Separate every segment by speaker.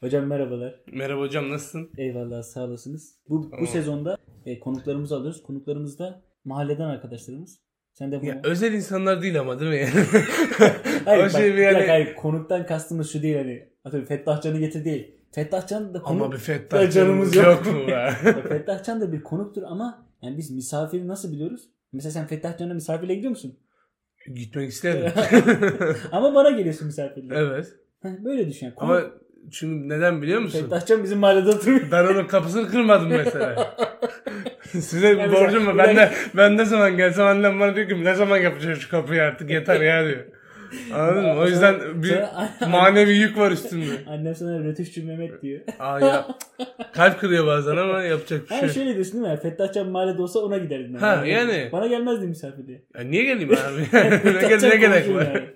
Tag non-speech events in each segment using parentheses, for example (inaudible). Speaker 1: Hocam merhabalar.
Speaker 2: Merhaba hocam nasılsın?
Speaker 1: Eyvallah sağ olasınız. Bu, bu
Speaker 2: Tamam.
Speaker 1: sezonda e, konuklarımızı alıyoruz. Konuklarımız da mahalleden arkadaşlarımız. Sen de bunu...
Speaker 2: Ya, Hmm. özel insanlar değil ama değil mi? Yani? (laughs)
Speaker 1: hayır,
Speaker 2: o
Speaker 1: bak,
Speaker 2: şey bir
Speaker 1: bir
Speaker 2: yani-
Speaker 1: dakika, hayır, konuktan kastımız şu değil hani. Atıyorum Fettah Can'ı getir değil. Fettah Can da konuk.
Speaker 2: ama
Speaker 1: (laughs)
Speaker 2: bir Fettah
Speaker 1: Ya, canımız
Speaker 2: canımız
Speaker 1: yok.
Speaker 2: yok mu (laughs) be?
Speaker 1: Bak, Fettah Can da bir konuktur ama yani biz misafiri nasıl biliyoruz? Mesela sen Fettah Can'a misafirle gidiyor musun?
Speaker 2: Gitmek (laughs) isterim.
Speaker 1: Ama bana geliyorsun misafirle.
Speaker 2: evet.
Speaker 1: Heh, böyle düşün. Yani. Konuk,
Speaker 2: Ama çünkü neden biliyor musun?
Speaker 1: Fettah Can bizim mahallede oturuyor.
Speaker 2: Ben onun kapısını kırmadım (laughs) mesela. Size bir
Speaker 1: Yani
Speaker 2: borcum
Speaker 1: sen-
Speaker 2: var. Ben (laughs) de, ben ne zaman gelsem annem bana diyor ki ne zaman yapacağız şu kapıyı artık yeter ya diyor. Anladın mı? O yüzden bir
Speaker 1: Sonra-
Speaker 2: (laughs) manevi yük var üstümde.
Speaker 1: Annem sana Rötüşçü Mehmet diyor.
Speaker 2: Aa (laughs) ya. Kalp kırıyor bazen ama yapacak bir
Speaker 1: Ha
Speaker 2: şey. yok.
Speaker 1: şöyle diyorsun değil mi? Yani Fettah Can mahallede olsa ona giderdim. ben.
Speaker 2: Ha, yani.
Speaker 1: Bana gelmezdi misafirliğe.
Speaker 2: Ya niye geleyim abi? (laughs) ne,
Speaker 1: Fettah
Speaker 2: ge-
Speaker 1: Can
Speaker 2: ne gerek
Speaker 1: konuşuyor
Speaker 2: var?
Speaker 1: yani.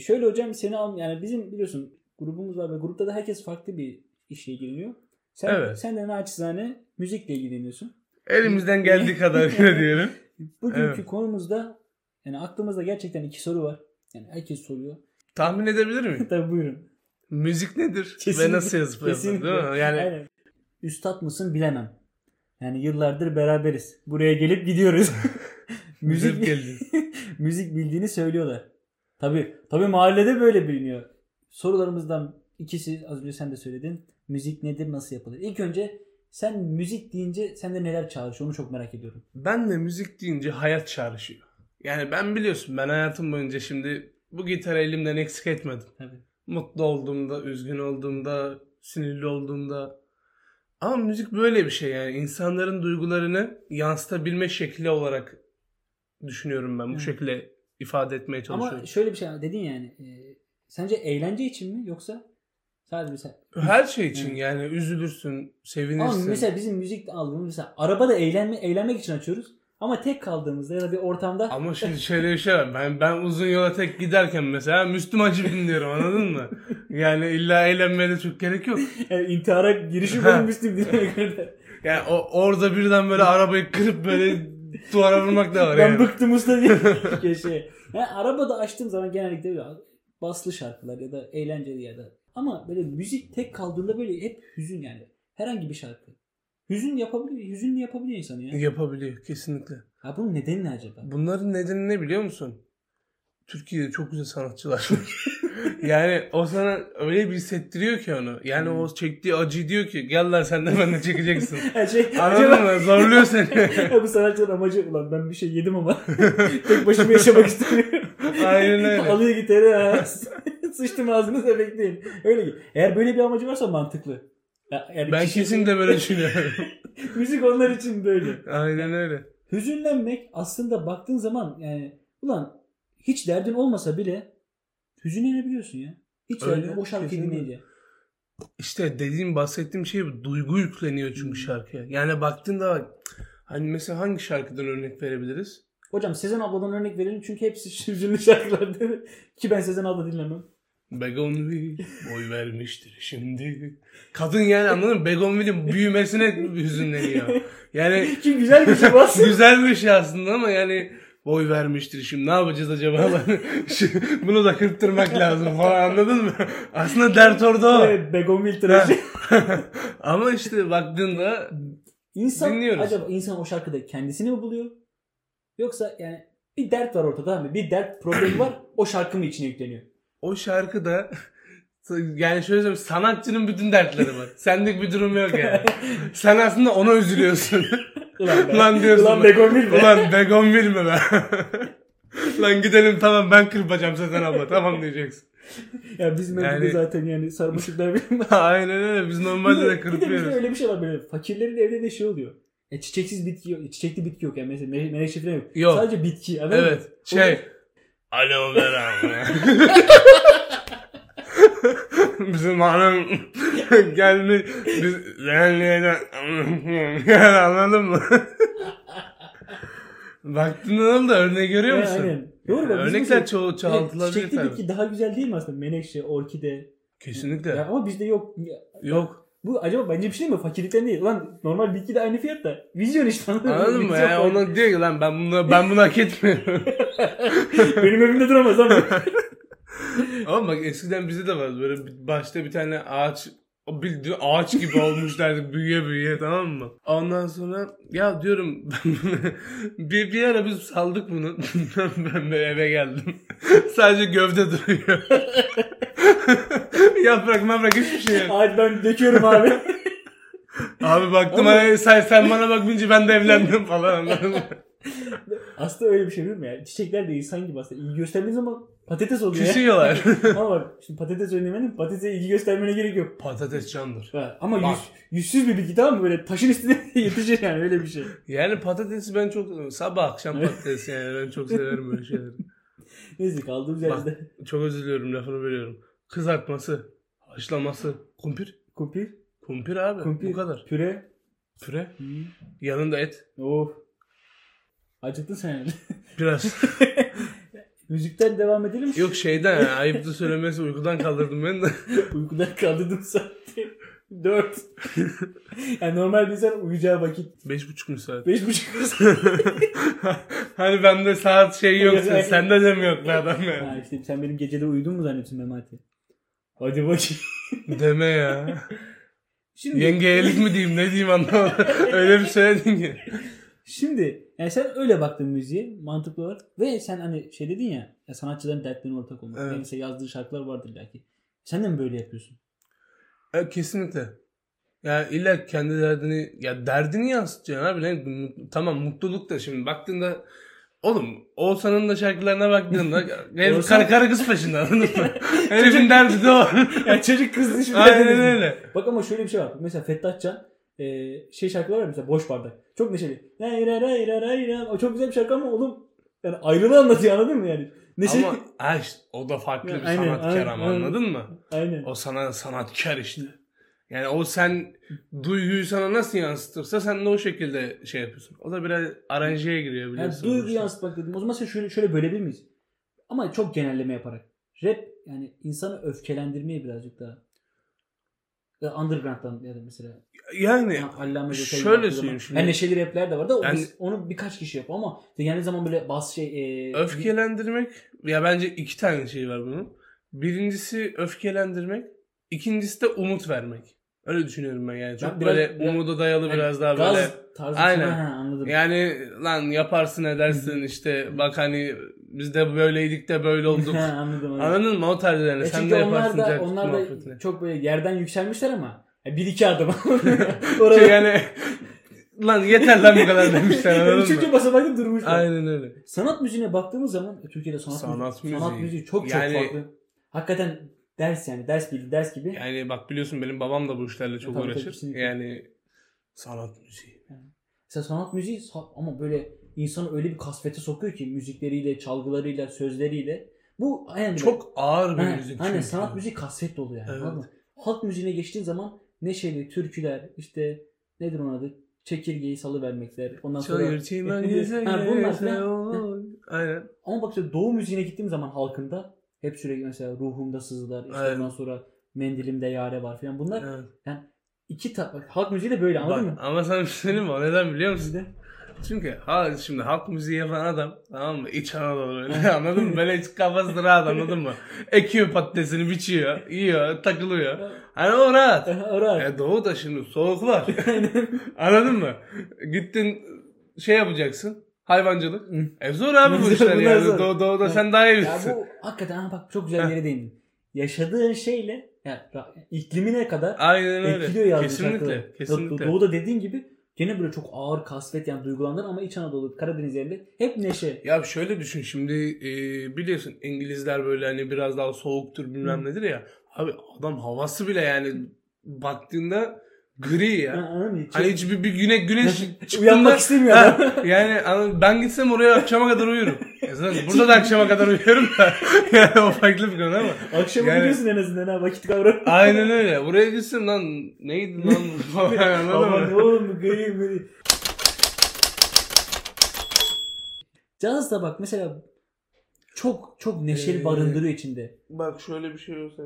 Speaker 1: Şöyle hocam seni al yani bizim biliyorsun grubumuz var ve grupta da herkes farklı bir işe giriniyor. Sen,
Speaker 2: Evet.
Speaker 1: sen de naçizane müzikle ilgileniyorsun.
Speaker 2: Elimizden geldiği
Speaker 1: (laughs)
Speaker 2: kadarıyla diyelim.
Speaker 1: Bugünkü
Speaker 2: Evet.
Speaker 1: konumuzda yani aklımızda gerçekten iki soru var. Yani herkes soruyor. (laughs)
Speaker 2: Tahmin edebilir miyim?
Speaker 1: Tabii buyurun.
Speaker 2: Müzik nedir
Speaker 1: Kesinlikle,
Speaker 2: ve nasıl yazıp yapılır değil mi? Yani
Speaker 1: Aynen. Üstad mısın bilemem. Yani yıllardır beraberiz. Buraya gelip
Speaker 2: (laughs)
Speaker 1: gidiyoruz.
Speaker 2: müzik
Speaker 1: müzik
Speaker 2: geldi.
Speaker 1: müzik bildiğini söylüyorlar. Tabi tabi mahallede böyle biliniyor. Sorularımızdan ikisi az önce sen de söyledin. Müzik nedir, nasıl yapılır? İlk önce sen müzik deyince sende neler çağrışıyor onu çok merak ediyorum.
Speaker 2: Ben de müzik deyince hayat çağrışıyor. Yani ben biliyorsun ben hayatım boyunca şimdi bu gitarı elimden eksik etmedim.
Speaker 1: Tabii.
Speaker 2: Mutlu olduğumda, üzgün olduğumda, sinirli olduğumda. Ama müzik böyle bir şey yani insanların duygularını yansıtabilme şekli olarak düşünüyorum ben. Bu
Speaker 1: Evet.
Speaker 2: şekilde ifade etmeye çalışıyorum.
Speaker 1: Ama şöyle bir şey dedin yani. e, sence eğlence için mi yoksa sadece mesela
Speaker 2: Her şey için
Speaker 1: Evet.
Speaker 2: yani üzülürsün,
Speaker 1: Ama
Speaker 2: sevinirsin.
Speaker 1: mesela bizim müzik aldığımız mesela arabada eğlenme, eğlenmek için açıyoruz. Ama tek kaldığımızda ya da bir ortamda (laughs)
Speaker 2: Ama şimdi şöyle bir şey var. Ben, ben uzun yola tek giderken mesela Müslümanca dinliyorum anladın mı? Yani illa eğlenmeye de çok gerek yok.
Speaker 1: yani e, intihara girişim
Speaker 2: Ha.
Speaker 1: benim müzik
Speaker 2: (laughs)
Speaker 1: dinlemek kadar.
Speaker 2: Yani o, orada birden böyle arabayı kırıp böyle duvara vurmak da var
Speaker 1: ben
Speaker 2: yani.
Speaker 1: bıktım usta
Speaker 2: (laughs)
Speaker 1: diye köşeye. Yani arabada açtığım zaman genellikle böyle baslı şarkılar ya da eğlenceli ya da. Ama böyle müzik tek kaldığında böyle hep hüzün yani. Herhangi bir şarkı. Hüzün yapabiliyor, hüzünlü yapabiliyor insanı ya.
Speaker 2: Yapabiliyor kesinlikle.
Speaker 1: Ha bunun nedeni ne acaba?
Speaker 2: Bunların nedeni ne biliyor musun? Türkiye'de çok güzel sanatçılar
Speaker 1: (laughs)
Speaker 2: var. yani o sana öyle bir hissettiriyor ki onu. Yani
Speaker 1: Hmm.
Speaker 2: o çektiği acıyı diyor ki gel lan sen de ben de çekeceksin.
Speaker 1: (laughs) Her şey,
Speaker 2: Anladın mı? Zorluyor seni.
Speaker 1: (laughs) Ya bu sanatçıların amacı ulan ben bir şey yedim ama (laughs) tek başıma yaşamak istemiyorum.
Speaker 2: Aynen öyle.
Speaker 1: Alıyor gitarı ha. (laughs) sıçtım ağzınıza bekleyin. Öyle ki. Eğer böyle bir amacı varsa mantıklı. Ya, yani
Speaker 2: Ben
Speaker 1: kişi-
Speaker 2: kesinlikle böyle düşünüyorum.
Speaker 1: (laughs)
Speaker 2: (laughs)
Speaker 1: Müzik onlar için böyle.
Speaker 2: Aynen öyle.
Speaker 1: Hüzünlenmek aslında baktığın zaman yani ulan hiç derdin olmasa bile hüzünlenebiliyorsun ya. Hiç
Speaker 2: Öyle,
Speaker 1: derdin yok, o şarkıyı
Speaker 2: kesinlikle.
Speaker 1: dinleyince.
Speaker 2: İşte dediğim bahsettiğim şey bu. duygu yükleniyor çünkü
Speaker 1: Hmm.
Speaker 2: şarkıya. Yani baktığında bak, hani mesela hangi şarkıdan örnek verebiliriz?
Speaker 1: Hocam Sezen abladan örnek verelim çünkü hepsi (laughs) hüzünlü şarkılar değil mi? Ki ben Sezen abla dinlemem.
Speaker 2: Begonvil boy vermiştir şimdi. Kadın yani anladın mı? Begonvil'in büyümesine hüzünleniyor.
Speaker 1: (laughs)
Speaker 2: Yani
Speaker 1: Ki güzel bir
Speaker 2: (laughs)
Speaker 1: şey bas.
Speaker 2: güzel bir şey aslında ama yani boy vermiştir şimdi ne yapacağız acaba? (laughs) Şu- Bunu da kırptırmak lazım falan anladın mı? Aslında dert orada o.
Speaker 1: Evet, Begonvil tıraşı.
Speaker 2: (laughs) ama işte baktığında
Speaker 1: İnsan
Speaker 2: Dinliyoruz.
Speaker 1: acaba insan o şarkıda kendisini mi buluyor? Yoksa yani bir dert var ortada değil mi? Bir dert problemi var. O şarkı mı içine yükleniyor?
Speaker 2: o şarkıda yani şöyle söyleyeyim sanatçının bütün dertleri var. Sendik bir durum yok yani. Sen aslında ona (laughs) üzülüyorsun.
Speaker 1: Ulan, be.
Speaker 2: Lan diyorsun.
Speaker 1: Ulan Begonvil be.
Speaker 2: Ulan begonvil mi be? (laughs) Lan gidelim tamam ben kırpacağım Sezen abla tamam diyeceksin.
Speaker 1: Ya bizim evde
Speaker 2: Yani-
Speaker 1: zaten yani sarmaşıklar
Speaker 2: (laughs)
Speaker 1: bir
Speaker 2: Aynen öyle biz normalde de
Speaker 1: bir de bizde
Speaker 2: kırpıyoruz.
Speaker 1: öyle bir şey var böyle. Fakirlerin evde de şey oluyor. E, çiçeksiz bitki yok. Çiçekli bitki yok yani. Mesela me- menekşe falan yok.
Speaker 2: Yok.
Speaker 1: Sadece bitki. anladın mı?
Speaker 2: Evet şey. Alo Vera. (laughs) Bizim hanım gelmiş biz Leğenliye'den yani (laughs) anladın mı? Baktığında da örneği görüyor
Speaker 1: Ha,
Speaker 2: musun?
Speaker 1: Aynen. Doğru bak. bizim şey-
Speaker 2: Örnekler
Speaker 1: mesela-
Speaker 2: çoğu
Speaker 1: Evet,
Speaker 2: çoğaltılabilir
Speaker 1: Çiçekli
Speaker 2: tabii.
Speaker 1: bitki daha güzel değil mi aslında? Menekşe, orkide.
Speaker 2: Kesinlikle.
Speaker 1: Ya ama bizde yok.
Speaker 2: Yok.
Speaker 1: Bu acaba bence bir şey mi? Fakirlikten değil. Ulan normal bitki de aynı fiyat da. Vizyon işte. anladın mı?
Speaker 2: Anladın mı?
Speaker 1: Vizyon
Speaker 2: Yani
Speaker 1: farkı. (laughs)
Speaker 2: ona diyor ki lan ben bunu ben bunu hak etmiyorum. (laughs)
Speaker 1: Benim evimde duramaz lan. bu.
Speaker 2: Ama bak eskiden bizde de vardı böyle bir- başta bir tane ağaç o bildiğin ağaç gibi olmuşlardı büyüye büyüye tamam mı? Ondan sonra ya diyorum (laughs) bir, bir ara biz saldık bunu. (laughs) ben böyle eve geldim. (laughs) Sadece gövde duruyor. (laughs) Yaprak maprak hiçbir şey yok.
Speaker 1: Ağaç ben döküyorum abi. (laughs)
Speaker 2: Abi baktım
Speaker 1: Ama-
Speaker 2: hani sen, sen bana bakmayınca ben de evlendim falan anladın mı?
Speaker 1: aslında öyle bir şey değil mi ya? Çiçekler de insan gibi aslında. İlgi gösterdiğin zaman patates oluyor. ya.
Speaker 2: Küsüyorlar.
Speaker 1: (laughs) Ama bak şimdi patates önlemenin patatese ilgi göstermene gerek yok.
Speaker 2: Patates candır.
Speaker 1: Ha, Ama
Speaker 2: Bak.
Speaker 1: yüz, yüzsüz bir bitki tamam mı? Böyle taşın üstüne (laughs) yetişir yani öyle bir şey.
Speaker 2: Yani patatesi ben çok sabah akşam patates yani ben çok severim böyle şeyleri.
Speaker 1: Neyse kaldığımız
Speaker 2: Bak.
Speaker 1: yerde.
Speaker 2: Çok özür diliyorum lafını bölüyorum. Kızartması, haşlaması, kumpir.
Speaker 1: Kumpir,
Speaker 2: Kumpir abi
Speaker 1: Kumpir.
Speaker 2: bu kadar.
Speaker 1: püre.
Speaker 2: Püre,
Speaker 1: Hı.
Speaker 2: yanında et
Speaker 1: Of. Acıktın sen yani. (laughs)
Speaker 2: (laughs) biraz.
Speaker 1: Müzikten devam edelim. mi?
Speaker 2: Yok şeyden ya, ayıptı söylemesi uykudan kaldırdım beni de.
Speaker 1: Uykudan kaldırdım saati. 4. yani normal bir insan uyuyacağı vakit.
Speaker 2: (laughs) Beş buçuk mu saat?
Speaker 1: 5.30 saat.
Speaker 2: (laughs) hani bende saat şey yok
Speaker 1: Evet.
Speaker 2: sende de mi yok be adam
Speaker 1: Ha
Speaker 2: ya?
Speaker 1: işte sen benim geceleri uyudun mu zannediyorsun Memati? Hadi bakayım. (laughs)
Speaker 2: Deme (laughs) ya.
Speaker 1: Şimdi,
Speaker 2: Yengeyelik mi diyeyim ne diyeyim (laughs) anlamadım. Öyle bir söyledin ki.
Speaker 1: şimdi yani sen öyle baktın müziğe mantıklı olarak ve sen hani şey dedin ya, ya sanatçıların dertlerine ortak olmak.
Speaker 2: Evet.
Speaker 1: Neyse yazdığı şarkılar vardır belki. Sen de mi böyle
Speaker 2: (laughs)
Speaker 1: yapıyorsun?
Speaker 2: E, kesinlikle. Ya illa kendi derdini ya derdini yansıtacaksın abi. Ne- mu- tamam mutluluk da şimdi baktığında oğlum Oğuzhan'ın da
Speaker 1: (laughs)
Speaker 2: şarkılarına baktığında herif
Speaker 1: Oğuzhan-
Speaker 2: kara kara kız
Speaker 1: (laughs)
Speaker 2: peşinde anladın mı? Herifin derdi de o.
Speaker 1: ya (laughs) çocuk kızdı şimdi.
Speaker 2: Aynen öyle.
Speaker 1: Bak ama şöyle bir şey var. Mesela Fettah Can e, şey şarkılar var ya mesela boş bardak. Çok neşeli. Ray ray ray ray ray ray. O çok güzel bir şarkı ama oğlum yani ayrılığı anlatıyor anladın mı yani? Neşeli.
Speaker 2: Ama ha işte, o da farklı
Speaker 1: Ya,
Speaker 2: bir
Speaker 1: aynen,
Speaker 2: sanatkar
Speaker 1: aynen,
Speaker 2: ama
Speaker 1: aynen.
Speaker 2: anladın mı?
Speaker 1: (laughs) Aynen.
Speaker 2: O sana sanatkar işte. Yani o sen duyguyu sana nasıl yansıtırsa sen de o şekilde şey yapıyorsun. O da biraz aranjeye giriyor
Speaker 1: Yani
Speaker 2: biliyorsun.
Speaker 1: duygu
Speaker 2: bu işler.
Speaker 1: yansıtmak dedim. O zaman sen şöyle, şöyle bölebilir miyiz? Ama çok genelleme yaparak. Rap yani insanı öfkelendirmeye birazcık daha. Ya underground'dan ya da mesela.
Speaker 2: Yani
Speaker 1: Ya, Allame Gökay'ın
Speaker 2: şöyle
Speaker 1: yaptığı
Speaker 2: söyleyeyim
Speaker 1: zaman-
Speaker 2: şimdi.
Speaker 1: Yani neşeli rapler de var da onu,
Speaker 2: Yani-
Speaker 1: onu birkaç kişi yapıyor ama genel zaman böyle bas şey. E,
Speaker 2: Öfkelendirmek ya bence iki tane şey var bunun. Birincisi öfkelendirmek, ikincisi de umut vermek. Öyle düşünüyorum ben yani. Çok
Speaker 1: Ben biraz-
Speaker 2: böyle
Speaker 1: biraz-
Speaker 2: umuda dayalı
Speaker 1: yani
Speaker 2: biraz daha
Speaker 1: gaz
Speaker 2: böyle.
Speaker 1: tarzı.
Speaker 2: Aynen.
Speaker 1: Ha, anladım.
Speaker 2: Yani lan yaparsın edersin işte bak hani biz de böyleydik de böyle
Speaker 1: (laughs)
Speaker 2: olduk.
Speaker 1: Ha, anladım. anladım.
Speaker 2: Anladın mı o tarz yani
Speaker 1: E
Speaker 2: sen
Speaker 1: çünkü
Speaker 2: de
Speaker 1: onlar
Speaker 2: yaparsın
Speaker 1: da,
Speaker 2: cacık
Speaker 1: onlar da
Speaker 2: muhabbetini.
Speaker 1: çok böyle yerden yükselmişler ama ya bir iki
Speaker 2: (laughs)
Speaker 1: adım. (laughs)
Speaker 2: Şey
Speaker 1: Oraya (laughs)
Speaker 2: yani lan yeter lan bu kadar demişler anladın mı?
Speaker 1: Üçüncü basamakta durmuşlar.
Speaker 2: Aynen öyle.
Speaker 1: Sanat müziğine baktığımız zaman e, Türkiye'de sanat,
Speaker 2: Sanat
Speaker 1: müziği,
Speaker 2: müziği.
Speaker 1: sanat müziği çok çok
Speaker 2: Yani-
Speaker 1: farklı. Hakikaten ders yani ders bilgi ders gibi.
Speaker 2: Yani bak biliyorsun benim babam da bu işlerle çok
Speaker 1: E Tabii, tabii,
Speaker 2: uğraşır.
Speaker 1: kesinlikle.
Speaker 2: yani sanat müziği.
Speaker 1: Mesela sanat müziği sa- ama böyle insanı öyle bir kasvete sokuyor ki müzikleriyle, çalgılarıyla, sözleriyle. Bu aynen
Speaker 2: Çok ağır bir
Speaker 1: Aynen,
Speaker 2: müzik.
Speaker 1: aynen
Speaker 2: çünkü.
Speaker 1: sanat müziği kasvet dolu yani.
Speaker 2: Evet.
Speaker 1: anladın mı? Halk müziğine geçtiğin zaman neşeli, türküler, işte nedir onun adı? Çekirgeyi salıvermekler. Ondan sonra
Speaker 2: Çayır çimen
Speaker 1: (laughs)
Speaker 2: geze
Speaker 1: Ha, bunlar
Speaker 2: geze
Speaker 1: falan.
Speaker 2: oy. Aynen.
Speaker 1: Ama bak işte doğu müziğine gittiğim zaman halkında hep sürekli mesela ruhumda sızılar, işte
Speaker 2: Aynen.
Speaker 1: ondan sonra mendilimde yare var falan. Bunlar
Speaker 2: Evet.
Speaker 1: iki ta- bak, halk müziği de böyle anladın
Speaker 2: Bak,
Speaker 1: mı?
Speaker 2: ama sana bir şey söyleyeyim mi? O Neden biliyor musun?
Speaker 1: Bizde.
Speaker 2: Çünkü ha şimdi halk müziği yapan adam tamam mı? İç Anadolu öyle (laughs) anladın mı? Böyle hiç kafası rahat anladın mı? Ekiyor patatesini biçiyor, yiyor, takılıyor. Hani o rahat.
Speaker 1: Ara.
Speaker 2: E doğu da şimdi soğuk var. (laughs) anladın mı? Gittin şey yapacaksın. Hayvancılık.
Speaker 1: Hı.
Speaker 2: E zor abi bu
Speaker 1: (laughs) Zor,
Speaker 2: işler
Speaker 1: bunlar
Speaker 2: yani.
Speaker 1: zor.
Speaker 2: Doğu, doğuda
Speaker 1: Evet.
Speaker 2: sen daha iyi
Speaker 1: ya
Speaker 2: bilirsin.
Speaker 1: bu hakikaten ha bak çok güzel bir yere değindin. Yaşadığın şeyle yani ra- iklimine kadar
Speaker 2: Aynen öyle.
Speaker 1: etkiliyor yani.
Speaker 2: kesinlikle. Kesinlikle.
Speaker 1: Doğu'da dediğin gibi gene böyle çok ağır kasvet yani duygulandır ama İç Anadolu, Karadeniz yerinde hep neşe.
Speaker 2: Ya şöyle düşün şimdi e, biliyorsun İngilizler böyle hani biraz daha soğuktur bilmem
Speaker 1: Hı.
Speaker 2: nedir ya. Abi adam havası bile yani baktığında gri
Speaker 1: Ha,
Speaker 2: ya.
Speaker 1: anladın mı? şey-
Speaker 2: Hani hiç bir, bir güne güneş
Speaker 1: Uyanmak
Speaker 2: çıktığında
Speaker 1: istemiyor
Speaker 2: Ha,
Speaker 1: adam.
Speaker 2: yani anladın- ben gitsem oraya akşama kadar uyurum. Ya zaten burada da akşama kadar uyuyorum da (laughs) yani o farklı bir konu ama.
Speaker 1: (laughs) Akşama
Speaker 2: Yani-
Speaker 1: gidiyorsun en azından ha vakit kavramı.
Speaker 2: Aynen öyle. Buraya gitsem lan
Speaker 1: (laughs)
Speaker 2: neydi lan bu falan anladın
Speaker 1: Aman
Speaker 2: mı?
Speaker 1: oğlum bu gri gri. Caz da bak mesela çok çok neşeli
Speaker 2: Ee,
Speaker 1: barındırıyor içinde.
Speaker 2: Bak şöyle bir şey olsa.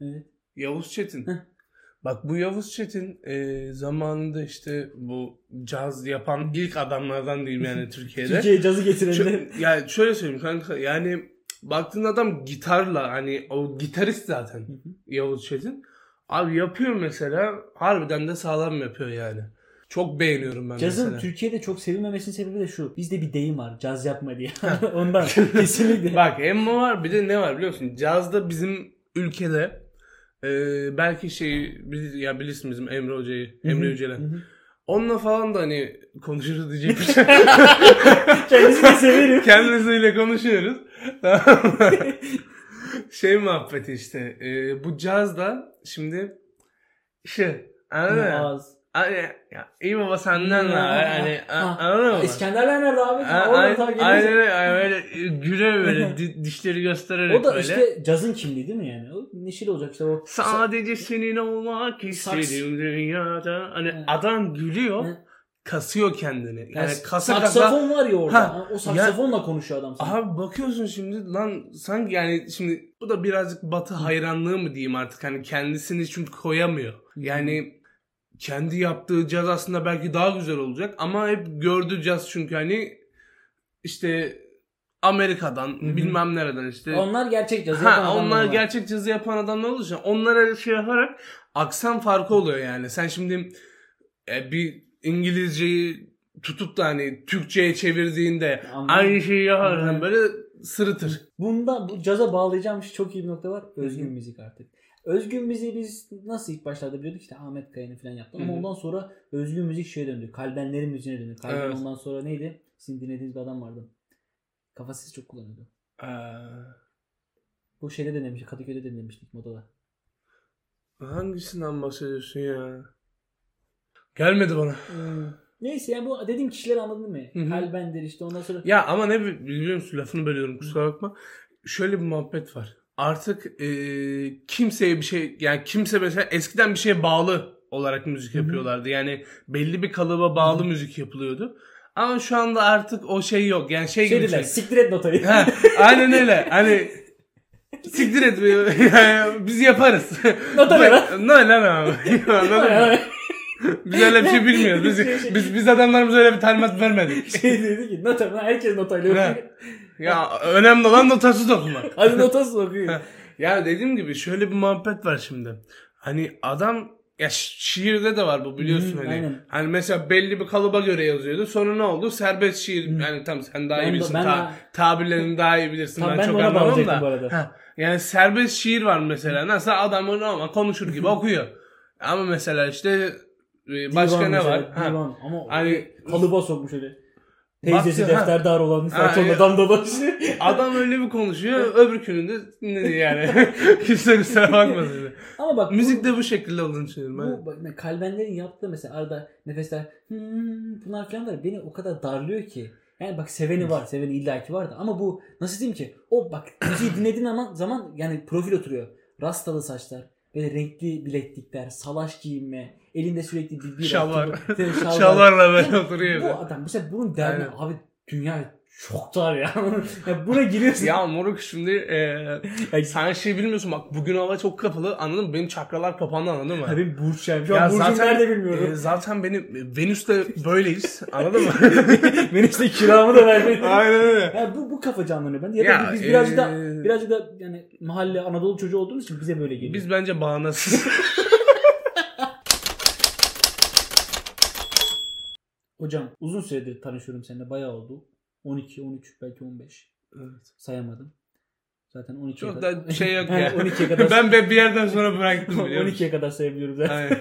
Speaker 1: Evet.
Speaker 2: Yavuz Çetin.
Speaker 1: Heh.
Speaker 2: Bak bu Yavuz Çetin e, zamanında işte bu
Speaker 1: (laughs)
Speaker 2: caz yapan ilk adamlardan diyeyim yani Türkiye'de.
Speaker 1: Türkiye'ye cazı getirenler.
Speaker 2: Şö- yani şöyle söyleyeyim kanka yani Baktığın adam gitarla hani o gitarist zaten
Speaker 1: Hı hı.
Speaker 2: Yavuz Çetin. Abi yapıyor mesela harbiden de sağlam yapıyor yani. Çok beğeniyorum ben
Speaker 1: Cazın
Speaker 2: mesela.
Speaker 1: Türkiye'de çok sevilmemesinin sebebi de şu. Bizde bir deyim var. Caz yapma diye. (laughs) Ondan
Speaker 2: (laughs)
Speaker 1: kesinlikle.
Speaker 2: Bak hem o var bir de ne var biliyor musun? Cazda bizim ülkede e, belki şey biz, ya bilirsin bizim Emre Hoca'yı.
Speaker 1: Hı hı,
Speaker 2: Emre Yücel'i.
Speaker 1: hı hı.
Speaker 2: Onunla falan da hani konuşuruz diyecek bir şey.
Speaker 1: (laughs) Kendisi de severim.
Speaker 2: Kendisiyle konuşuyoruz. (laughs) Tamam mı? şey muhabbeti işte. e, bu cazda şimdi şey anladın mı?
Speaker 1: Ağız.
Speaker 2: Hani, ya, iyi baba senden
Speaker 1: Ha,
Speaker 2: var.
Speaker 1: ha,
Speaker 2: Hani
Speaker 1: ha.
Speaker 2: a- anladın mı?
Speaker 1: İskenderler nerede abi?
Speaker 2: A- a-
Speaker 1: Oradan takip
Speaker 2: Aynen
Speaker 1: ediyoruz.
Speaker 2: öyle, aynen öyle güler
Speaker 1: (laughs)
Speaker 2: böyle di- dişleri göstererek
Speaker 1: O da
Speaker 2: böyle.
Speaker 1: işte cazın kimliği değil mi yani? O neşeli olacak işte o.
Speaker 2: Sadece senin olmak istediğim dünyada. Hani
Speaker 1: Evet.
Speaker 2: adam gülüyor,
Speaker 1: Hı.
Speaker 2: kasıyor kendini. Yani
Speaker 1: Yani
Speaker 2: kasa kasa.
Speaker 1: saksafon var ya orada.
Speaker 2: Ha,
Speaker 1: Ha, o saksafonla konuşuyor adam sana.
Speaker 2: Abi bakıyorsun şimdi lan sanki yani şimdi bu da birazcık batı hayranlığı mı diyeyim artık hani kendisini çünkü koyamıyor. Yani kendi yaptığı caz aslında belki daha güzel olacak ama hep gördü caz çünkü hani işte Amerika'dan
Speaker 1: Hı hı.
Speaker 2: bilmem nereden işte
Speaker 1: Onlar gerçek caz. yapan
Speaker 2: Ha,
Speaker 1: adamlar
Speaker 2: onlar
Speaker 1: var.
Speaker 2: gerçek cazı yapan adamlar olduğu için onlara şey yaparak aksan farkı oluyor yani. Sen şimdi e, bir İngilizceyi tutup da hani Türkçe'ye çevirdiğinde
Speaker 1: Anladım.
Speaker 2: aynı şeyi yaparsan
Speaker 1: Anladım.
Speaker 2: böyle sırıtır.
Speaker 1: Bunda bu caza bağlayacağım şey çok iyi bir nokta var. Özgün müzik artık. Özgün müziği biz nasıl ilk başlarda biliyorduk işte Ahmet Kaya'nın falan yaptı. Ama
Speaker 2: Hı hı.
Speaker 1: ondan sonra özgün müzik şeye döndü. Kalbenlerin müziğine döndü. Kalben
Speaker 2: Evet.
Speaker 1: ondan sonra neydi? Sizin dinlediğiniz bir adam vardı. Kafasız çok kullanıyordu.
Speaker 2: Ee,
Speaker 1: Bu şeyde de denemiş, Kadıköy'de de denemiştik modada.
Speaker 2: hangisinden bahsediyorsun ya? Gelmedi bana.
Speaker 1: Neyse yani bu dediğim kişileri anladın mı?
Speaker 2: Hmm. Hı hı.
Speaker 1: Kalbendir işte ondan sonra.
Speaker 2: Ya ama ne bi- biliyor musun lafını bölüyorum kusura bakma. Şöyle bir muhabbet var. Artık e, kimseye bir şey yani kimse mesela eskiden bir şeye bağlı olarak müzik
Speaker 1: Hı hı.
Speaker 2: yapıyorlardı. Yani belli bir kalıba bağlı müzik yapılıyordu. Ama şu anda artık o şey yok. Yani şey,
Speaker 1: Şey
Speaker 2: gibi.
Speaker 1: dediler
Speaker 2: şey.
Speaker 1: siktir et notayı.
Speaker 2: Ha, aynen öyle. Hani siktir et. Yani (laughs) biz yaparız.
Speaker 1: Not alıyor lan.
Speaker 2: Ne lan
Speaker 1: (laughs)
Speaker 2: abi? Anladın mı? Biz öyle bir şey bilmiyoruz. Biz, biz, biz adamlarımıza öyle bir talimat vermedik.
Speaker 1: şey dedi ki nota herkes notayla okuyor.
Speaker 2: Ha. Ya önemli olan notasız okumak.
Speaker 1: Hadi notası okuyor.
Speaker 2: Ya dediğim gibi şöyle bir muhabbet var şimdi. Hani adam ya şi- şiirde de var bu biliyorsun
Speaker 1: Hı,
Speaker 2: hani.
Speaker 1: aynen.
Speaker 2: Hani mesela belli bir kalıba göre yazıyordu. Sonra ne oldu? Serbest şiir. Yani tam sen daha
Speaker 1: Ben
Speaker 2: iyi
Speaker 1: de-
Speaker 2: bilirsin.
Speaker 1: ben
Speaker 2: ta-
Speaker 1: de-
Speaker 2: tabirlerini daha iyi bilirsin.
Speaker 1: Tam
Speaker 2: ben,
Speaker 1: ben de
Speaker 2: çok
Speaker 1: ona
Speaker 2: anlamam
Speaker 1: bağlayacaktım
Speaker 2: da.
Speaker 1: bu arada.
Speaker 2: Ha, yani serbest şiir var mesela. Nasıl adamın ama konuşur
Speaker 1: (laughs)
Speaker 2: gibi okuyor. Ama mesela işte e, başka
Speaker 1: Divan
Speaker 2: ne
Speaker 1: mesela,
Speaker 2: var? Ha.
Speaker 1: Divan ama (laughs)
Speaker 2: Hani-
Speaker 1: kalıba sokmuş öyle. Teyzesi
Speaker 2: Baktı, ha.
Speaker 1: defterdar olan Fatih
Speaker 2: Ha,
Speaker 1: adam dolaşı.
Speaker 2: Adam öyle bir konuşuyor. öbür de ne diyor
Speaker 1: (laughs)
Speaker 2: yani. Kimse kusura bakmasın.
Speaker 1: (laughs) ama bak
Speaker 2: Müzik
Speaker 1: müzikte
Speaker 2: de bu şekilde olduğunu düşünüyorum. ben.
Speaker 1: bu, bak, ne- kalbenlerin yaptığı mesela arada nefesler hmm, bunlar falan var beni o kadar darlıyor ki. Yani bak seveni var, seveni illaki var da ama bu nasıl diyeyim ki? O bak müziği dinlediğin zaman, zaman yani profil oturuyor. Rastalı saçlar, böyle renkli bileklikler, salaş giyinme, elinde sürekli bir bir
Speaker 2: Şalvar.
Speaker 1: şalvar. (laughs)
Speaker 2: Şalvarla böyle
Speaker 1: Ya,
Speaker 2: oturuyor.
Speaker 1: Bu
Speaker 2: evde.
Speaker 1: adam mesela bunun derdi
Speaker 2: Aynen.
Speaker 1: abi dünya çok dar ya. (laughs) ya buna giriyorsun.
Speaker 2: Ya moruk şimdi e,
Speaker 1: Ya-
Speaker 2: sen şey bilmiyorsun bak bugün hava çok kapalı anladın mı? Benim çakralar kapandı anladın mı?
Speaker 1: Ya benim burç yani. Şu an burcum nerede
Speaker 2: e,
Speaker 1: bilmiyorum.
Speaker 2: zaten benim e, Venüs'te böyleyiz anladın
Speaker 1: (laughs)
Speaker 2: mı?
Speaker 1: Benim işte kiramı da vermedi.
Speaker 2: e, Aynen öyle.
Speaker 1: Ya bu bu kafa canlanıyor bende. Ya, da
Speaker 2: Ya,
Speaker 1: biz birazcık da
Speaker 2: e,
Speaker 1: birazcık da yani mahalle Anadolu çocuğu olduğumuz için bize böyle geliyor.
Speaker 2: Biz bence bağnasız.
Speaker 1: Hocam uzun süredir tanışıyorum seninle. Bayağı oldu. 12, 13, belki 15.
Speaker 2: Evet.
Speaker 1: Sayamadım. Zaten 12'ye
Speaker 2: çok
Speaker 1: kadar. (laughs)
Speaker 2: da şey yok ya.
Speaker 1: 12'ye kadar.
Speaker 2: (laughs) ben be- bir yerden sonra bıraktım biliyor musun?
Speaker 1: 12'ye kadar sayabiliyorum zaten.
Speaker 2: Aynen.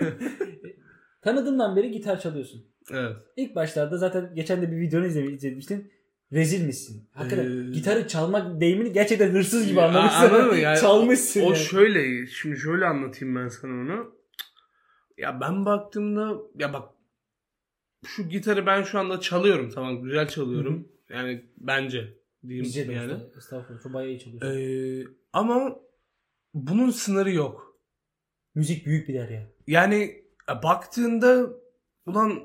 Speaker 1: Tanıdığımdan beri gitar çalıyorsun.
Speaker 2: Evet.
Speaker 1: İlk başlarda zaten geçen de bir videonu izlemi- izlemiştim. Rezil misin? Hakikaten
Speaker 2: Ee,
Speaker 1: gitarı çalmak deyimini gerçekten hırsız gibi
Speaker 2: Ya,
Speaker 1: anlamışsın.
Speaker 2: anladın mı?
Speaker 1: (laughs)
Speaker 2: Yani
Speaker 1: Çalmışsın.
Speaker 2: O
Speaker 1: yani.
Speaker 2: şöyle, şimdi şöyle anlatayım ben sana onu. Ya ben baktığımda, ya bak şu gitarı ben şu anda çalıyorum tamam güzel çalıyorum. Yani bence diyeyim
Speaker 1: Rica ederim
Speaker 2: yani.
Speaker 1: usta. Estağfurullah. Çok bayağı iyi çalıyorsun.
Speaker 2: Ee, ama bunun sınırı yok.
Speaker 1: Müzik büyük bir derya.
Speaker 2: Yani e, baktığında ulan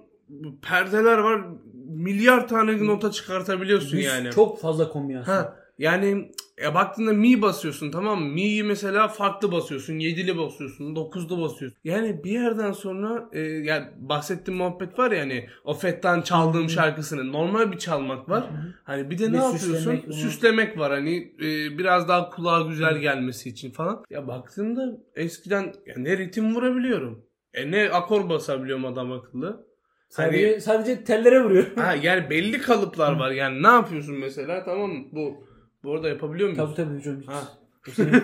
Speaker 2: perdeler var milyar tane nota çıkartabiliyorsun
Speaker 1: Biz
Speaker 2: yani.
Speaker 1: Çok fazla kombinasyon.
Speaker 2: Ha yani Ya baktığında mi basıyorsun tamam mı? Mi'yi mesela farklı basıyorsun. Yedili basıyorsun. Dokuzlu basıyorsun. Yani bir yerden sonra e, yani bahsettiğim muhabbet var ya hani o Fettan çaldığım şarkısının normal bir çalmak var. Hani bir de ne
Speaker 1: Bir
Speaker 2: yapıyorsun?
Speaker 1: süslemek
Speaker 2: Süslemek,
Speaker 1: bunu.
Speaker 2: var hani e, biraz daha kulağa güzel gelmesi için falan. Ya baktığımda eskiden ya ne ritim vurabiliyorum. E ne akor basabiliyorum adam akıllı.
Speaker 1: Sadece, sadece tellere vuruyor. (laughs)
Speaker 2: Ha yani belli kalıplar var. Yani ne yapıyorsun mesela tamam mı? Bu bu arada yapabiliyor
Speaker 1: tabii
Speaker 2: muyuz?
Speaker 1: tabii hocam.
Speaker 2: Ha.
Speaker 1: Bu
Speaker 2: (laughs)
Speaker 1: senin-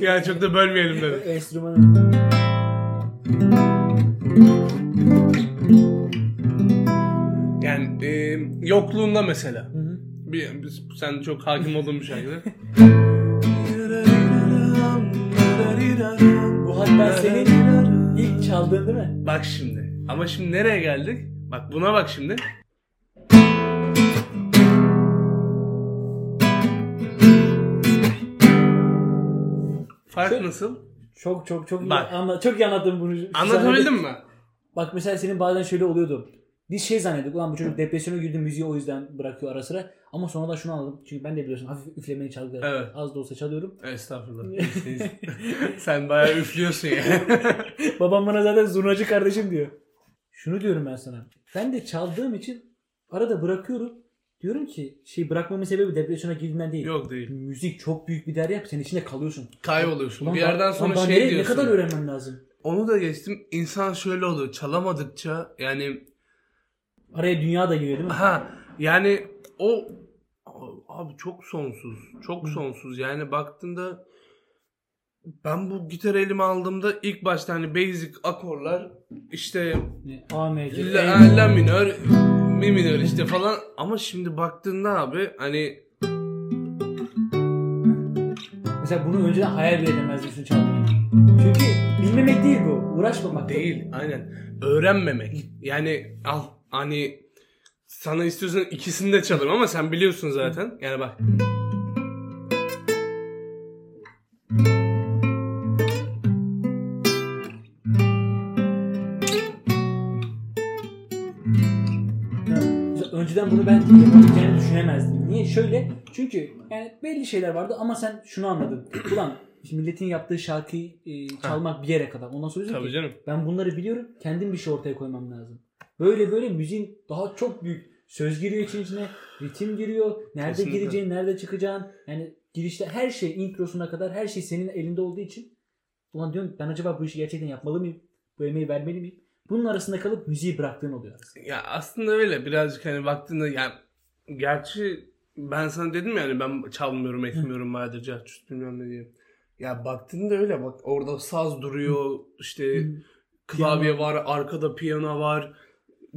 Speaker 2: yani çok da bölmeyelim dedim.
Speaker 1: Enstrümanı.
Speaker 2: Yani e, yokluğunda mesela.
Speaker 1: Hı hı.
Speaker 2: Bir, biz- sen çok hakim olduğun bir şarkıda.
Speaker 1: Bu hatta senin ilk çaldığın değil mi?
Speaker 2: Bak şimdi. Ama şimdi nereye geldik? Bak buna bak şimdi. Fark nasıl?
Speaker 1: Çok çok çok iyi,
Speaker 2: Bak.
Speaker 1: anla, çok iyi anlattın bunu. Şu sahnede-
Speaker 2: Anlatabildim mi?
Speaker 1: Bak mesela senin bazen şöyle oluyordu. Biz şey zannediyorduk ulan bu çocuk depresyona girdi müziği o yüzden bırakıyor ara sıra. Ama sonra da şunu anladım. Çünkü ben de biliyorsun hafif üflemeli çalgı
Speaker 2: Evet.
Speaker 1: az da olsa çalıyorum.
Speaker 2: Estağfurullah. (laughs) Sen bayağı üflüyorsun ya.
Speaker 1: Babam bana zaten zurnacı kardeşim diyor. Şunu diyorum ben sana. Ben de çaldığım için arada bırakıyorum. Diyorum ki şey bırakmamın sebebi depresyona girdiğimden değil.
Speaker 2: Yok değil.
Speaker 1: Müzik çok büyük bir derya. Sen içinde kalıyorsun.
Speaker 2: Kayboluyorsun.
Speaker 1: Ulan
Speaker 2: Bir
Speaker 1: daha-
Speaker 2: yerden sonra
Speaker 1: ulan daha
Speaker 2: şey
Speaker 1: nereye-
Speaker 2: diyorsun.
Speaker 1: Ne kadar öğrenmem lazım?
Speaker 2: Onu da geçtim. İnsan şöyle oluyor. Çalamadıkça yani
Speaker 1: Araya dünya da giriyor değil mi?
Speaker 2: ha yani o abi çok sonsuz. Çok sonsuz. Yani baktığında ben bu gitarı elime aldığımda ilk başta hani basic akorlar işte
Speaker 1: Ne? A, M, C, E.
Speaker 2: La, la minör, mi minör işte falan. Ama şimdi baktığında abi hani
Speaker 1: Mesela bunu önceden hayal bile edemezdim şunu çalmayı. Çünkü bilmemek değil bu. Uğraşmamak.
Speaker 2: Değil aynen. Öğrenmemek. Yani al hani sana istiyorsan ikisini de çalarım ama sen biliyorsun zaten. Yani bak.
Speaker 1: Mesela önceden bunu ben yapabileceğini düşünemezdim. Niye? Şöyle çünkü yani belli şeyler vardı ama sen şunu anladın. Ulan şimdi milletin yaptığı şarkıyı e, çalmak bir yere kadar. Ondan sonra diyorsun
Speaker 2: Tabii
Speaker 1: ki
Speaker 2: canım.
Speaker 1: ben bunları biliyorum. Kendim bir şey ortaya koymam lazım. Böyle böyle müziğin daha çok büyük söz giriyor için içine, ritim giriyor. Nerede
Speaker 2: Kesinlikle.
Speaker 1: gireceğin, nerede çıkacağın. Yani girişte her şey introsuna kadar her şey senin elinde olduğu için ulan diyorum ben acaba bu işi gerçekten yapmalı mıyım? Bu emeği vermeli miyim? Bunun arasında kalıp müziği bıraktığın oluyor aslında.
Speaker 2: Ya aslında öyle birazcık hani baktığında yani gerçi ben sana dedim yani ben çalmıyorum etmiyorum bayağıdır carçut bilmem ne diye. Ya baktığında öyle bak orada saz duruyor işte klavye var arkada piyano var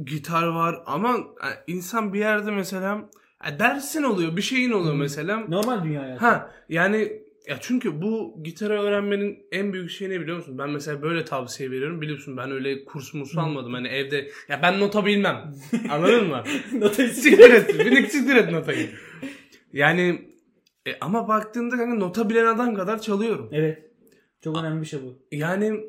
Speaker 2: gitar var ama yani insan bir yerde mesela ya dersin oluyor bir şeyin oluyor mesela.
Speaker 1: Normal dünya hayatı. (laughs)
Speaker 2: Ha yani ya çünkü bu gitarı öğrenmenin en büyük şeyi ne biliyor musun? Ben mesela böyle tavsiye veriyorum. Biliyorsun ben öyle kurs murs almadım. Hani evde ya ben nota bilmem. Anladın mı?
Speaker 1: Notayı
Speaker 2: (laughs)
Speaker 1: siktir.
Speaker 2: siktir et. Binik siktir et notayı. Yani e, ama baktığında kanka nota bilen adam kadar çalıyorum.
Speaker 1: Evet. Çok önemli bir şey bu.
Speaker 2: Yani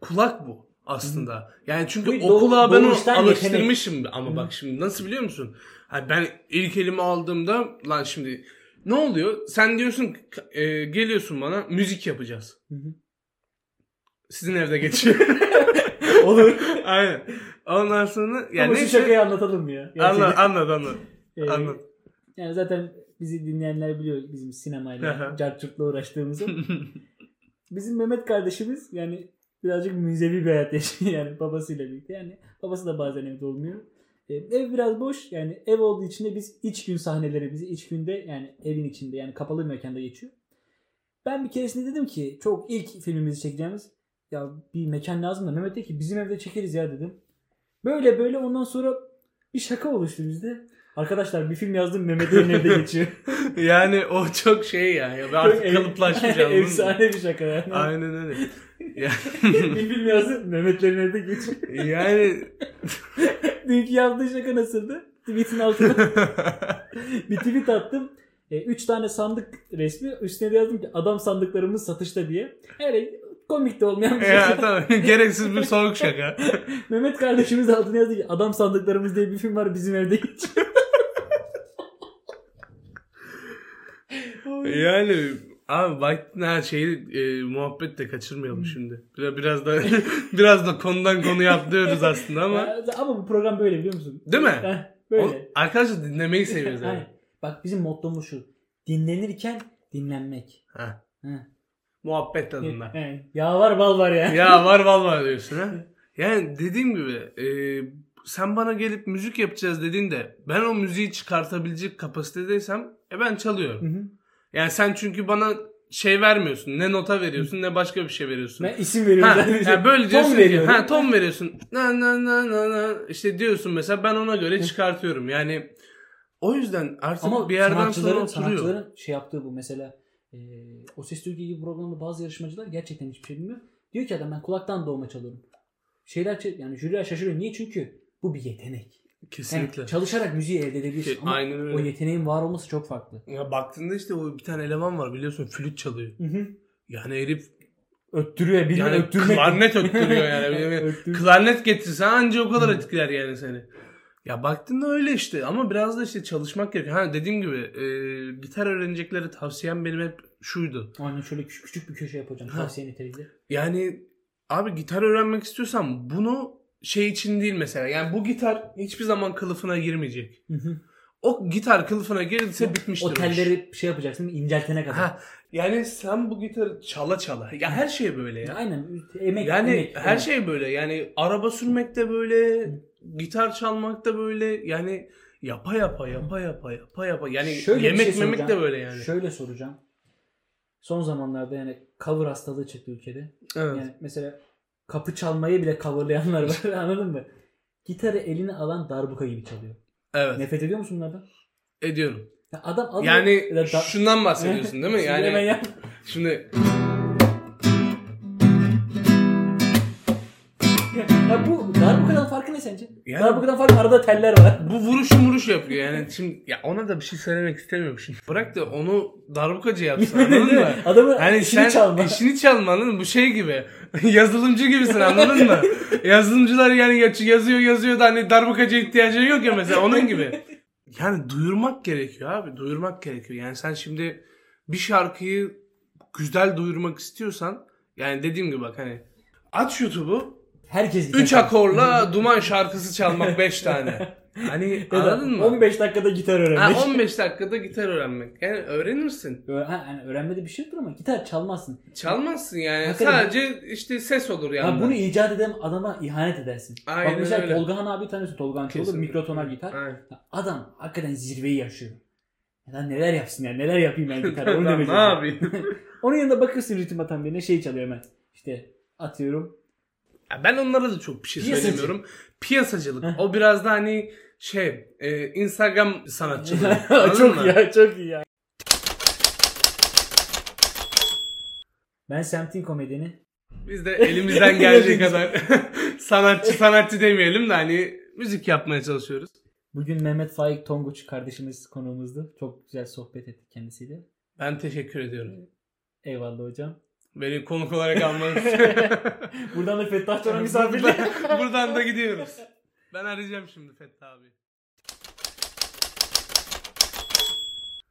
Speaker 2: kulak bu aslında. Yani çünkü
Speaker 1: Bu
Speaker 2: o
Speaker 1: doğ-
Speaker 2: kulağa ben o
Speaker 1: doğuştan
Speaker 2: alıştırmışım ama
Speaker 1: Hı.
Speaker 2: bak şimdi nasıl biliyor musun? Ha, ben ilk elimi aldığımda lan şimdi ne oluyor? Sen diyorsun ki, e, geliyorsun bana müzik yapacağız.
Speaker 1: Hı hı.
Speaker 2: Sizin evde geçiyor.
Speaker 1: (laughs) Olur.
Speaker 2: Aynen. Ondan sonra
Speaker 1: Yani
Speaker 2: yani
Speaker 1: Ama şu
Speaker 2: neyse,
Speaker 1: şakayı anlatalım ya.
Speaker 2: anla anla anla.
Speaker 1: Ee,
Speaker 2: Anlat.
Speaker 1: Yani zaten bizi dinleyenler biliyor bizim sinemayla,
Speaker 2: Aha.
Speaker 1: cartçurtla uğraştığımızı. bizim Mehmet kardeşimiz yani birazcık müzevi bir hayat yaşıyor yani babasıyla birlikte. Yani babası da bazen evde olmuyor. Ee, ev biraz boş yani ev olduğu için de biz iç gün sahnelerimizi iç günde yani evin içinde yani kapalı bir mekanda geçiyor. Ben bir keresinde dedim ki çok ilk filmimizi çekeceğimiz ya bir mekan lazım da Mehmet dedi ki bizim evde çekeriz ya dedim. Böyle böyle ondan sonra bir şaka oluştu bizde. Arkadaşlar bir film yazdım Mehmet'in
Speaker 2: (laughs)
Speaker 1: evde geçiyor.
Speaker 2: Yani o çok şey ya. ya ben artık kalıplaşmış anladın mı?
Speaker 1: Efsane bir şaka yani.
Speaker 2: Aynen öyle. Yani,
Speaker 1: (laughs) bir film yazdım Mehmet'lerin evde geçiyor. (laughs)
Speaker 2: yani
Speaker 1: Dünkü yaptığı şaka nasıldı? Tweet'in altına (laughs) bir tweet attım. E, üç tane sandık resmi. Üstüne de yazdım ki adam sandıklarımız satışta diye. Yani komik de olmayan bir şey.
Speaker 2: (laughs) ya tamam gereksiz bir soğuk şaka.
Speaker 1: (laughs) Mehmet kardeşimiz de altına yazdı ki adam sandıklarımız diye (laughs) bir film var bizim evde geçiyor. oyun.
Speaker 2: Yani abi vaktin her şeyi e, muhabbet de kaçırmayalım şimdi. Biraz, biraz da (laughs) biraz da konudan konuya atlıyoruz aslında ama (laughs)
Speaker 1: Ya, ama bu program böyle biliyor musun?
Speaker 2: Değil mi?
Speaker 1: Heh, böyle.
Speaker 2: O- arkadaşlar dinlemeyi seviyoruz yani.
Speaker 1: Aynen. Bak bizim mottomuz şu. Dinlenirken dinlenmek.
Speaker 2: Heh.
Speaker 1: Heh.
Speaker 2: Muhabbet tadında.
Speaker 1: He, Yağ var bal var
Speaker 2: (laughs)
Speaker 1: ya.
Speaker 2: ya var var var diyorsun ha. Yani dediğim gibi e, sen bana gelip müzik yapacağız dediğinde ben o müziği çıkartabilecek kapasitedeysem e ben çalıyorum.
Speaker 1: Hı hı.
Speaker 2: Yani sen çünkü bana şey vermiyorsun. Ne nota veriyorsun ne başka bir şey veriyorsun.
Speaker 1: ben isim veriyorum.
Speaker 2: Ha,
Speaker 1: zaten.
Speaker 2: ya böyle
Speaker 1: şey. Ton
Speaker 2: diyorsun ki,
Speaker 1: veriyorum.
Speaker 2: ha ton veriyorsun. Na na na na na işte diyorsun mesela ben ona göre çıkartıyorum. Yani o yüzden artık
Speaker 1: Ama
Speaker 2: bir yerden sonra
Speaker 1: sanatçıların,
Speaker 2: oturuyor.
Speaker 1: sanatçıların şey yaptığı bu mesela e, o ses Türkiye gibi programda bazı yarışmacılar gerçekten hiçbir şey bilmiyor. Diyor ki adam ben kulaktan doğma çalıyorum. Şeyler çe- yani jüriler şaşırıyor. Niye? Çünkü bu bir yetenek. Yani
Speaker 2: Kesinlikle.
Speaker 1: çalışarak müziği elde edebilirsin
Speaker 2: Ki-
Speaker 1: ama
Speaker 2: aynen
Speaker 1: o
Speaker 2: öyle.
Speaker 1: yeteneğin var olması çok farklı.
Speaker 2: Ya baktığında işte o bir tane eleman var biliyorsun flüt çalıyor.
Speaker 1: Hı hı.
Speaker 2: Yani herif
Speaker 1: Öttürüyor. Bir
Speaker 2: yani
Speaker 1: öttürmek.
Speaker 2: klarnet
Speaker 1: (laughs)
Speaker 2: öttürüyor yani. yani
Speaker 1: Öttür-
Speaker 2: klarnet getirse anca o kadar
Speaker 1: Hı.
Speaker 2: etkiler yani seni. Ya baktığında öyle işte ama biraz da işte çalışmak gerekiyor. Ha dediğim gibi e, gitar öğreneceklere tavsiyem benim hep şuydu.
Speaker 1: Aynen şöyle küçük, küçük bir köşe yapacağım.
Speaker 2: Ha.
Speaker 1: Tavsiye niteliğinde.
Speaker 2: Yani abi gitar öğrenmek istiyorsan bunu şey için değil mesela. Yani bu gitar hiçbir zaman kılıfına girmeyecek.
Speaker 1: Hı hı.
Speaker 2: O gitar kılıfına girdiyse bitmiştir.
Speaker 1: O
Speaker 2: o
Speaker 1: telleri şey yapacaksın inceltene
Speaker 2: iş.
Speaker 1: kadar.
Speaker 2: Ha, yani sen bu gitarı çala çala. Ya her şey böyle ya.
Speaker 1: E, Aynen. Emek.
Speaker 2: Yani
Speaker 1: emek,
Speaker 2: her
Speaker 1: emek.
Speaker 2: şey böyle. Yani araba sürmek de böyle, gitar çalmak da böyle. Yani yapa yapa yapa yapa yapa yapa. Yani
Speaker 1: Şöyle bir
Speaker 2: yemek
Speaker 1: şey
Speaker 2: memek de
Speaker 1: soracağım.
Speaker 2: böyle yani.
Speaker 1: Şöyle soracağım. Son zamanlarda yani cover hastalığı çıktı ülkede.
Speaker 2: Evet.
Speaker 1: Yani mesela kapı çalmayı bile coverlayanlar var (laughs) anladın mı? Gitarı eline alan darbuka gibi çalıyor.
Speaker 2: Evet.
Speaker 1: Nefret ediyor musun bunlardan?
Speaker 2: Ediyorum.
Speaker 1: Ya adam alıyor.
Speaker 2: Yani
Speaker 1: Ya da-
Speaker 2: şundan
Speaker 1: (laughs)
Speaker 2: bahsediyorsun değil mi?
Speaker 1: Şimdi hemen
Speaker 2: Yani
Speaker 1: yap.
Speaker 2: şimdi
Speaker 1: ya bu darbukadan farkı ne sence?
Speaker 2: Yani-
Speaker 1: Darbukadan farkı arada teller var.
Speaker 2: bu vuruşu vuruş yapıyor yani şimdi ya ona da bir şey söylemek istemiyorum şimdi. Bırak da onu darbukacı yapsın anladın mı?
Speaker 1: (laughs) Adamın
Speaker 2: Hani
Speaker 1: işini
Speaker 2: sen
Speaker 1: çalma.
Speaker 2: işini çalma anladın mı? Bu şey gibi. (laughs) Yazılımcı gibisin anladın mı? Yazılımcılar yani ya- yazıyor yazıyor da hani darbukacı ihtiyacı yok ya mesela onun gibi. Yani duyurmak gerekiyor abi. Duyurmak gerekiyor. Yani sen şimdi bir şarkıyı güzel duyurmak istiyorsan yani dediğim gibi bak hani aç YouTube'u
Speaker 1: Herkes gitar
Speaker 2: 3
Speaker 1: çalıyor. (laughs)
Speaker 2: akorla duman şarkısı çalmak 5 tane. Hani
Speaker 1: Ya da
Speaker 2: anladın mı?
Speaker 1: 15 dakikada gitar
Speaker 2: Ha,
Speaker 1: öğrenmek.
Speaker 2: 15 dakikada gitar öğrenmek. Yani öğrenirsin.
Speaker 1: Ö- Ha, yani öğrenmede bir şey yoktur ama gitar çalmazsın.
Speaker 2: Çalmazsın yani.
Speaker 1: Hakikaten.
Speaker 2: Sadece işte ses olur yani.
Speaker 1: Ya bunu icat eden adama ihanet edersin.
Speaker 2: Aynen
Speaker 1: Bak mesela
Speaker 2: öyle.
Speaker 1: Tolga Han abi tanıyorsun. Tolga Han Çoluk
Speaker 2: Kesinlikle.
Speaker 1: mikrotonal gitar.
Speaker 2: Aynen.
Speaker 1: Ya Adam hakikaten zirveyi yaşıyor. Ya lan neler yapsın ya neler yapayım ben
Speaker 2: (laughs)
Speaker 1: gitar onu
Speaker 2: Lan
Speaker 1: demeyeceğim.
Speaker 2: ne yapayım?
Speaker 1: Onun yanında bakırsın ritim atan birine şey çalıyor hemen. İşte atıyorum.
Speaker 2: Ya ben onlara da çok bir şey
Speaker 1: Piyasacı.
Speaker 2: söylemiyorum. Piyasacılık.
Speaker 1: Heh.
Speaker 2: o biraz da hani şey e, Instagram
Speaker 1: (laughs)
Speaker 2: sanatçılığı. Anladın
Speaker 1: çok
Speaker 2: mı?
Speaker 1: iyi ya çok iyi ya. Ben semtin komedini
Speaker 2: Biz
Speaker 1: (laughs)
Speaker 2: de elimizden geldiği kadar (laughs) sanatçı sanatçı demeyelim de hani müzik yapmaya çalışıyoruz.
Speaker 1: bugün Mehmet Faik Tonguç kardeşimiz konuğumuzdu. Çok güzel sohbet ettik kendisiyle.
Speaker 2: Ben teşekkür ediyorum.
Speaker 1: Eyvallah hocam.
Speaker 2: Beni konuk olarak almanız.
Speaker 1: (laughs) Buradan da Fettah Can'a misafirle.
Speaker 2: (laughs) Buradan da gidiyoruz. Ben arayacağım şimdi Fethi abi.